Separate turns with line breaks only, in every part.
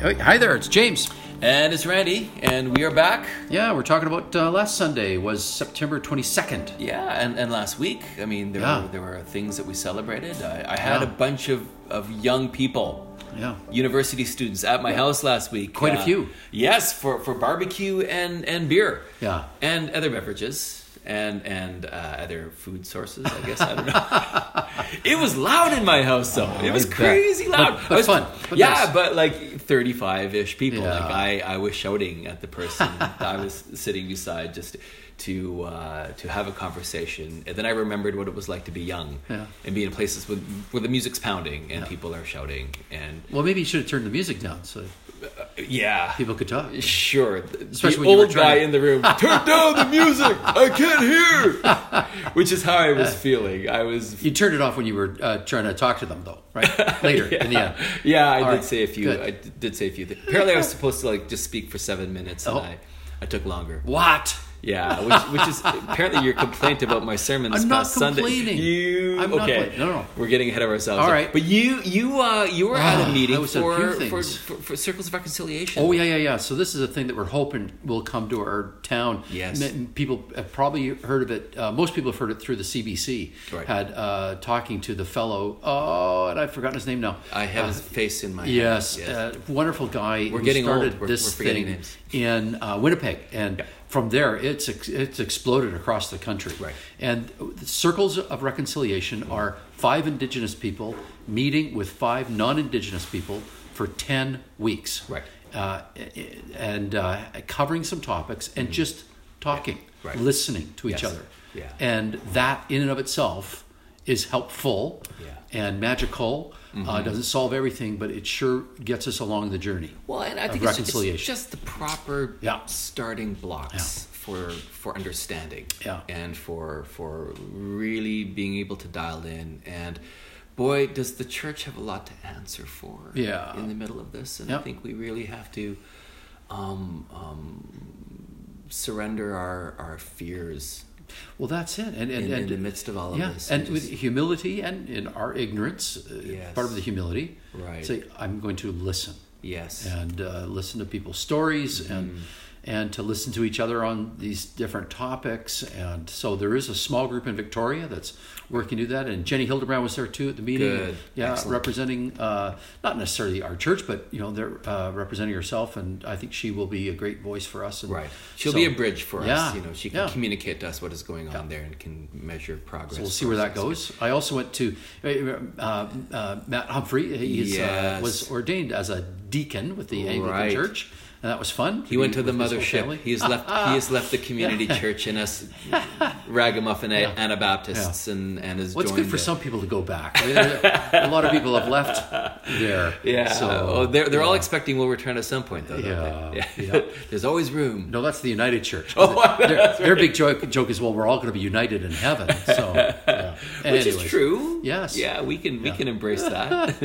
Hey, hi there, it's James.
And it's Randy, and we are back.
Yeah, we're talking about uh, last Sunday was September 22nd.
Yeah, and, and last week, I mean, there,
Yeah.
were, there were things that we celebrated. I, I had
Yeah.
a bunch of, of young people,
Yeah.
university students, at my house last week. Uh,
Quite a few.
Yes, for, for barbecue and, and beer.
Yeah.
And other beverages. And and uh, other food sources, I guess I don't know. it was loud in my house, though. it was
I bet.
crazy
But-
loud.
but
I was,
fun. But
yeah,
nice.
but like thirty-five ish people.
Yeah.
Like I I, I was shouting at the person that I was sitting beside just to uh, to have a conversation, and then I remembered what it was like to be young
Yeah.
and be in places with, where the music's pounding and people are shouting, and
Well, maybe you should have turned the music down so
yeah,
people could talk.
sure.
Especially
Especially
when
the
you were
old guy
trying to-
in the room, turn down the music, I can't hear, which is how I was feeling. I was
You turned it off when you were uh, trying to talk to them, though, right? Later in the end.
Yeah, I
All
did
right,
say a few.
good.
I d- did say a few. Things. Apparently, I was supposed to like just speak for seven minutes, and
Oh.
I I took longer.
What?
Yeah, which, which is apparently your complaint about my sermon this
I'm not
past Sunday.
complaining.
You
I'm not
okay?
complaining. No, no.
we're getting ahead of ourselves.
All right.
but you you uh you were at
Ah,
a meeting
that was a
for,
few
for,
things.
for for circles of reconciliation.
Oh yeah, yeah, yeah. So this is a thing that we're hoping will come to our town.
Yes.
M- people have probably heard of it. Uh, most people have heard it through the CBC.
Right.
Had uh, talking to the fellow. Oh, and I've forgotten his name now. Uh,
I have his face in my head.
Ah. Yes, uh, wonderful guy. We're
getting
started
old. We're-
this
we're forgetting
thing
names.
in uh, Winnipeg, and from there it's ex- it's exploded across the country.
Right. Mm-hmm.
And the circles of reconciliation are five Indigenous people meeting with five non-Indigenous people for ten weeks.
Right.
Uh, and uh, covering some topics and just talking,
Mm-hmm. Yeah. Right.
listening to each
Yes.
other.
Yeah.
And that in and of itself is helpful
Yeah.
and magical.
Mm-hmm.
Uh, doesn't solve everything, but it sure gets us along the journey.
Well, and I
of
think it's, it's
reconciliation.
just the proper
Yeah.
starting blocks for for understanding
Yeah.
and for for really being able to dial in. And boy, does the church have a lot to answer for
Yeah.
in the middle of this. And
Yeah.
I think we really have to um, um, surrender our, our fears
Well, that's it. And and,
in,
and
in the midst of all of
yeah,
this.
and
just-
with humility and in our ignorance, uh,
Yes.
part of the humility.
Right.
Say, I'm going to listen
yes. Mm-hmm.
and uh, listen to people's stories and and to listen to each other on these different topics. And so there is a small group in Victoria that's working to do that. And Jenny Hildebrand was there too at the meeting.
Good.
Yeah,
Excellent.
representing uh, not necessarily our church, but you know they're uh, representing herself, and I think she will be a great voice for us. And
Right. She'll
so-
be a bridge for
Yeah,
us. You know, she can
yeah.
communicate to us what is going on there and can measure progress.
We'll see
for
where
us.
that goes. I also went to uh, uh, uh, Matt Humphrey. He is, uh,
Yes.
was ordained as a deacon with the Anglican
Right.
Church, and that was fun.
He went to the
with his whole
mothership.
family.
He has left. he has left the community church and us ragamuffin Anabaptists and and has
Well, it's
joined.
good for
the-
some people to go back. I mean, there- a lot of people have left there.
Yeah.
So,
oh, they're they're all expecting we'll return at some point though. don't
Yeah,
they?
yeah.
There's always room.
no, that's the United Church.
Oh,
their, their big joke, joke is, well, we're all going to be united in heaven. So, yeah.
Which
Anyways.
is true.
Yes.
Yeah, we can we can embrace that.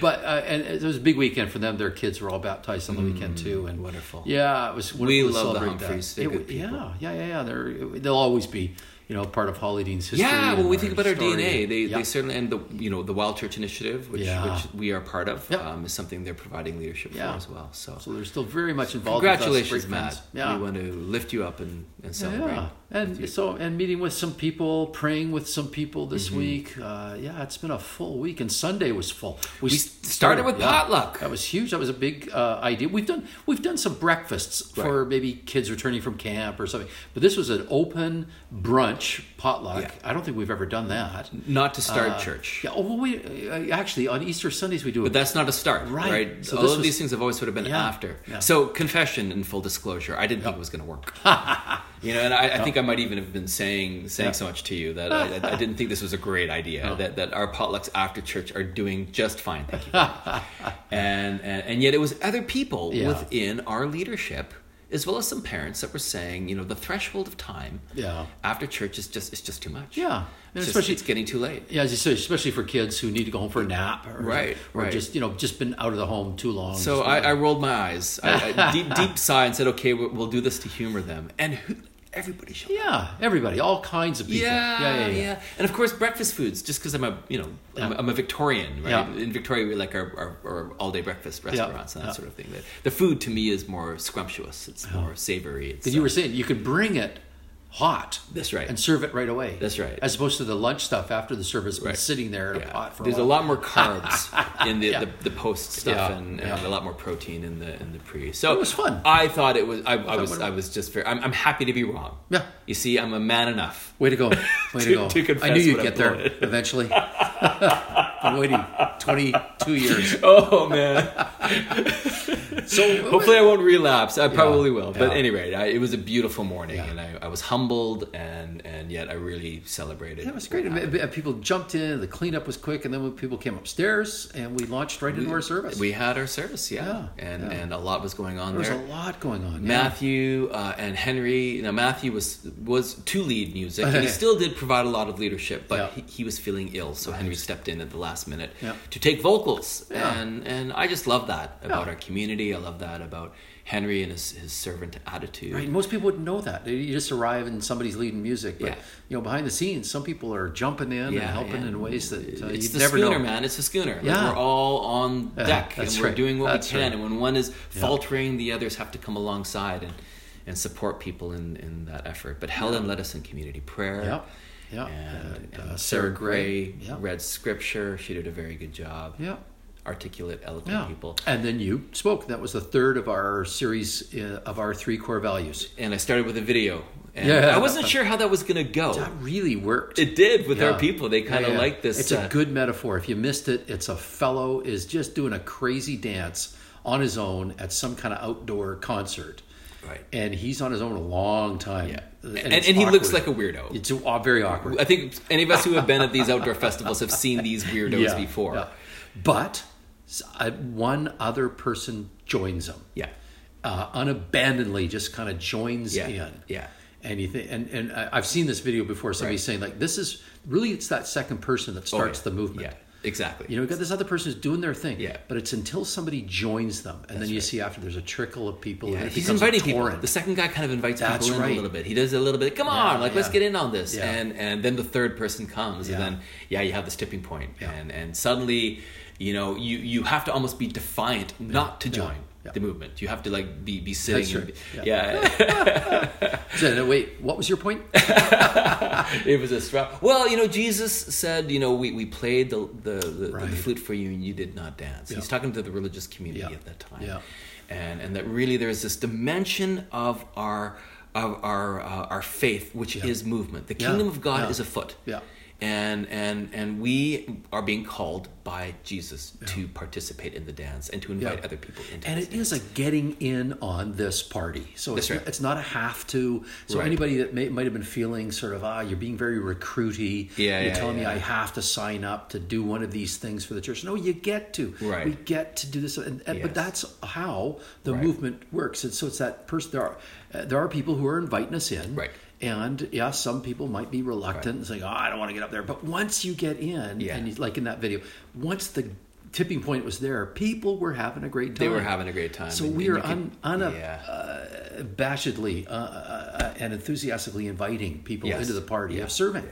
But uh, and it was a big weekend for them. Their kids were all baptized on the weekend too, and
Mm, wonderful.
Yeah, it was. Wonderful
We
to
love the
celebrate
Humphreys.
That.
They're
It
good
w- Yeah, yeah, yeah, yeah. They're they'll always be you know part of Holly Dean's history.
yeah, when
and
we think about our
story.
DNA, they,
Yeah.
they certainly and the you know the Wild Church Initiative, which
Yeah.
which we are part of,
Yeah.
um, is something they're providing leadership
Yeah.
for as well. So,
so they're still very much involved. with us,
congratulations,
great
Matt.
friends. Yeah.
We want to lift you up and, and celebrate.
yeah, and so and meeting with some people, praying with some people this
Mm-hmm.
week. Uh, yeah, it's been a full week, and Sunday was full.
We s- started with potluck.
That was huge. That was a big uh, idea. We've done we've done some breakfasts for maybe kids returning from camp or something, but this was an open brunch potluck.
Yeah. Mm.
I don't think we've ever done that.
Not to start church.
Yeah. Oh well, we uh, actually on Easter Sundays we do it.
But that's not a start,
Right.
right?
So
All
this
of
was-
these things have always sort of been
Yeah.
after.
Yeah.
So confession and full disclosure, I didn't think it was going to work. you know, and I, I think I might even have been saying saying so much to you that I, I- I didn't think this was a great idea. That that our potlucks after church are doing just fine, thank you. and, and and yet it was other people
Yeah.
within our leadership. As well as some parents that were saying, you know, the threshold of time
Yeah.
after church is just it's just too much.
Yeah. And
It's just-
especially-
it's getting too late.
yeah, as you say, especially for kids who need to go home for a nap, or,
Right,
or
right.
just you know just been out of the home too long.
So
just-
I, I rolled my eyes, I, I deep, deep sigh, and said, "Okay, we'll, we'll do this to humor them." And who, everybody showed up.
Yeah, everybody, all kinds of people.
Yeah,
yeah, yeah. yeah.
And of course, breakfast foods. Just because I'm a, you know, I'm, I'm a Victorian, right?
Yeah.
In Victoria, we like our, our, our all-day breakfast restaurants and that
Yeah.
sort of thing. The, the food to me is more scrumptious. It's more savory. It's, uh,
'Cause you were saying you could bring it hot.
That's right.
And serve it right away.
That's right.
As opposed to the lunch stuff after the service been
Right.
sitting there in
Yeah.
a pot for
There's
a,
a
while.
lot more carbs in the,
Yeah.
the, the post stuff
Yeah.
and, and
Yeah.
a lot more protein in the in the pre. So
It was fun.
I thought it was. I, I was.
would've-
I was just fair. I'm, I'm happy to be wrong.
Yeah.
You see, I'm a man enough.
Way to go. Way to,
To-
go.
to confess
I knew you'd
what I
get there
wanted.
eventually. I'm waiting 22 years.
Oh man.
So
Hopefully, I won't relapse. I probably will. But
Yeah.
anyway, I, it was a beautiful morning,
Yeah.
and I, I was humbled, and and yet I really celebrated.
That was great. And and people jumped in. The cleanup was quick, and then when people came upstairs, and we launched right into our service.
We had our service, yeah,
Yeah,
and
yeah.
and a lot was going on
there was
there.
a lot going on. yeah.
Matthew uh, and Henry. Now Matthew was was to lead music, and he still did provide a lot of leadership, but
Yeah.
he, he was feeling ill, so Henry stepped in at the last minute
Yeah.
to take vocals,
Yeah.
and and I just love that about
Yeah.
our community. I love that about Henry and his his servant attitude.
Right, most people wouldn't know that. They- You just arrive and somebody's leading music, but
Yeah.
you know, behind the scenes, some people are jumping in and
Yeah,
helping
and
in ways that uh,
it's
you'd
the
never
schooner,
know.
man. It's the schooner. Like,
Yeah.
we're all on
Yeah,
deck, and
that's
we're
right.
doing what
That's
we can.
right.
And when one is faltering, the others have to come alongside and and support people in in that effort. But Helen led us in community prayer.
Yeah, yeah. And,
And,
uh, Sarah
and Sarah Gray
Gray, yeah.
read scripture. She did a very good job.
Yeah,
Articulate, eloquent
yeah.
people.
And then you spoke. That was the third of our series uh, of our three core values.
And I started with a video. And
Yeah.
I wasn't sure how that was going to go.
That really worked.
It did with
Yeah.
our people. They kind of
Yeah, yeah.
liked this.
It's
uh,
a good metaphor. If you missed it, it's a fellow is just doing a crazy dance on his own at some kind of outdoor concert.
Right.
And he's on his own a long time.
Yeah. And, and,
it's
he looks like
awkward.
a weirdo.
It's aw- very awkward.
I think any of us who have been at these outdoor festivals have seen these weirdos
Yeah,
before.
yeah. But s- uh, one other person joins him.
Yeah.
Uh, unabandonedly just kind of joins
Yeah,
in.
yeah.
And you think, and, and I- I've seen this video before. Somebody's saying like, this is really, it's that second person that starts the movement.
Yeah, exactly.
You know, you got this other person who's doing their thing.
Yeah.
But it's until somebody joins them, and then you see after there's a trickle of people.
Yeah,
and it
he's
becomes a
inviting people.
torrent.
The second guy kind of invites
That's
people in a
right.
little bit. He does a little bit. Come on, like let's
yeah.
get in on this.
Yeah.
And and then the third person comes,
Yeah.
and then yeah, you have this tipping point,
Yeah.
and and suddenly, you know, you you have to almost be defiant not to join
Yeah.
the movement. You have to like be be sitting.
That's
and
right.
be- yeah.
So, no, wait, what was your point?
it was a strap. Well, you know, Jesus said, you know, we, we played the the, the,
Right.
the flute for you and you did not dance. He's talking to the religious community
Yeah.
at that time,
Yeah.
and and that really there is this dimension of our of our uh, our faith, which is movement. The
Yeah.
kingdom of God
Yeah.
is afoot.
Yeah.
And, and and we are being called by Jesus to participate in the dance and to invite
Yeah.
other people into
And
this
it is a getting in on this party. So it's,
That's right.
it's not a have to. So
Right.
anybody that may, might have been feeling sort of, ah, you're being very recruity.
Yeah,
You're
yeah,
telling
yeah.
me I have to sign up to do one of these things for the church. No, you get to.
Right.
We get to do this. And, and- But
Yes.
that's how the
Right.
movement works. And so it's that person, there are, uh, there are people who are inviting us in.
Right.
And yeah, some people might be reluctant and saying, oh, I don't want to get up there. But once you get in,
Yeah.
and you, like in that video, once the tipping point was there, people were having a great time.
They were having a great time.
So
and-
we
and
are
you could-
un- unab-
yeah.
bashedly uh, uh, and enthusiastically inviting people
Yes.
into the party
Yeah.
of serving.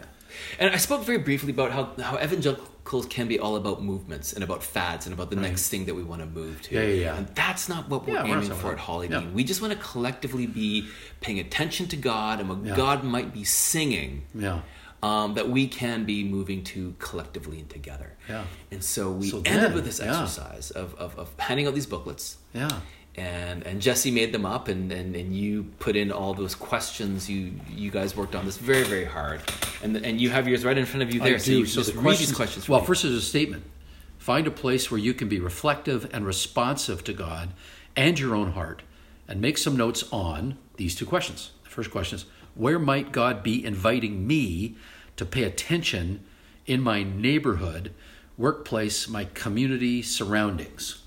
And I spoke very briefly about how, how evangelicals can be all about movements and about fads and about the next thing that we want to move to.
Yeah, yeah, yeah.
And that's not what we're
Yeah, we're not
aiming
talking
for at
about-
Holiday.
yeah.
We just want to collectively be paying attention to God and what God might be singing
Yeah.
um, that we can be moving to collectively and together.
Yeah.
And so we
So
ended
then,
with this
yeah.
exercise of, of, of handing out these booklets
Yeah.
and and Jesse made them up, and, and, and you put in all those questions. You you guys worked on this very very hard, and and you have yours right in front of you there.
I
so
do.
you can just read these questions.
Well,
for me.
first there's a statement. Find a place where you can be reflective and responsive to God and your own heart, and make some notes on these two questions. The first question is, where might God be inviting me to pay attention in my neighborhood, workplace, my community, surroundings?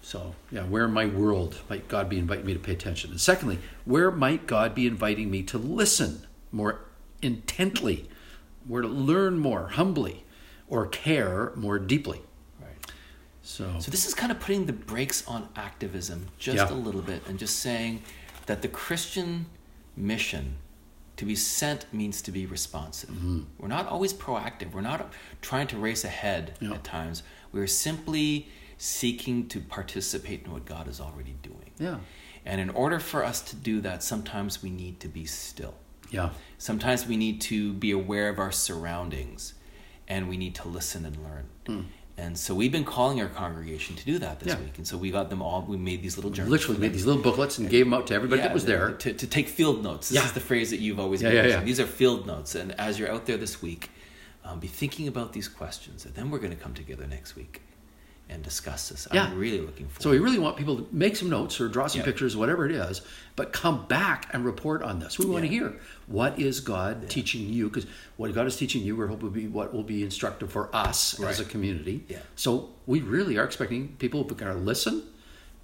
So, yeah, where in my world might God be inviting me to pay attention? And secondly, where might God be inviting me to listen more intently, where to learn more humbly, or care more deeply?
Right.
So,
So this is kind of putting the brakes on activism just
Yeah.
a little bit, and just saying that the Christian mission To be sent means to be responsive.
Mm-hmm.
We're not always proactive. We're not trying to race ahead
Yeah.
at times. We're simply seeking to participate in what God is already doing.
Yeah.
And in order for us to do that, sometimes we need to be still.
Yeah.
Sometimes we need to be aware of our surroundings and we need to listen and learn. And so we've been calling our congregation to do that this
Hmm. Yeah.
week. And so we got them all, we made these little journals.
Literally
for
made
them.
these little booklets and gave them out to everybody
Yeah,
that was there.
To, to take field notes. This
Yeah.
is the phrase that you've always
Yeah,
been
yeah,
using.
yeah.
These are field notes. And as you're out there this week, um, be thinking about these questions. And then we're going to come together next week and discuss this.
Yeah.
I'm really looking forward
So we really want people to make some notes or draw some
Yeah.
pictures, whatever it is, but come back and report on this. We want to hear what is God teaching you because what God is teaching you, we're hoping will be what will be instructive for us as
Right.
a community.
Yeah.
So we really are expecting people who are going to listen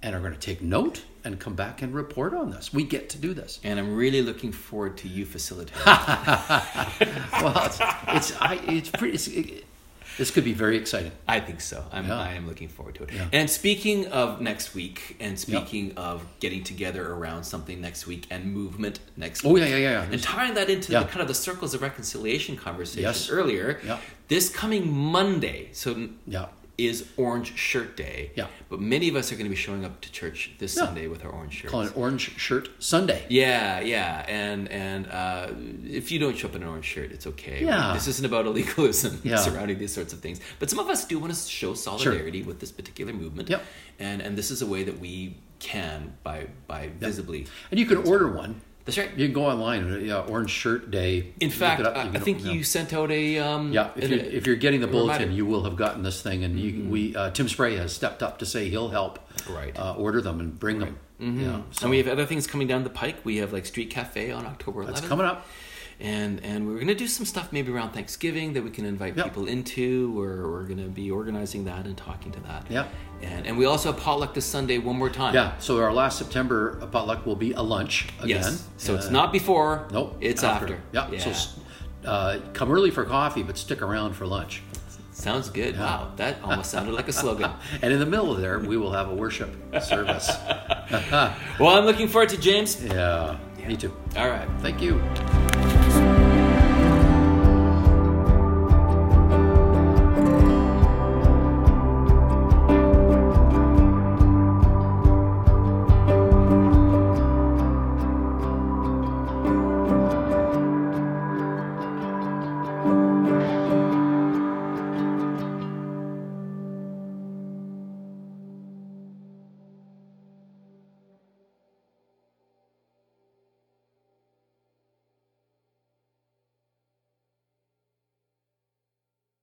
and are going to take note and come back and report on this. We get to do this.
And I'm really looking forward to you facilitating.
Well, it's it's, I, it's pretty. It's, it, this could be very exciting.
I think so. I'm,
Yeah.
I am looking forward to it.
Yeah.
And speaking of next week, and speaking of getting together around something next week and movement next
Oh
week.
yeah, yeah, yeah. yeah.
And tying that into
Yeah.
the kind of the circles of reconciliation conversation
Yes.
earlier,
Yeah.
this coming Monday, so
Yeah.
is Orange Shirt Day.
Yeah.
But many of us are going to be showing up to church this
Yeah.
Sunday with our orange shirts.
Calling it Orange Shirt Sunday.
Yeah, yeah, and and uh, if you don't show up in an orange shirt, it's okay.
Yeah.
this isn't about illegalism
Yeah.
surrounding these sorts of things. But some of us do want to show solidarity with this particular movement.
Yep.
and and this is a way that we can by by visibly.
And you can order one.
That's right.
You can go online. Yeah, Orange Shirt Day.
In
Look
fact,
it up,
I, I
can-
think
yeah.
you sent out a um,
Yeah, if
an-
you're, if you're getting the bulletin,
reminder. Mm-hmm.
you will have gotten this thing, and you, we uh, Tim Spray has stepped up to say he'll help
Right. Mm-hmm.
uh, order them and bring them. Yeah, so
and we have other things coming down the pike. We have like Street Cafe on October 11th.
that's coming up.
and and we're gonna do some stuff maybe around Thanksgiving that we can invite
Yeah.
people into. We're we're gonna be organizing that and talking to that.
Yeah.
And and we also have potluck this Sunday one more time.
Yeah, so our last September potluck will be a lunch again.
Yes. So it's
Uh,
not before.
nope,
It's after.
Yeah, so s- uh, come early for coffee, but stick around for lunch.
Sounds good. Wow, that almost sounded like a slogan.
And in the middle of there, we will have a worship service.
Well, I'm looking forward to James.
Yeah, me too.
All right.
Thank you.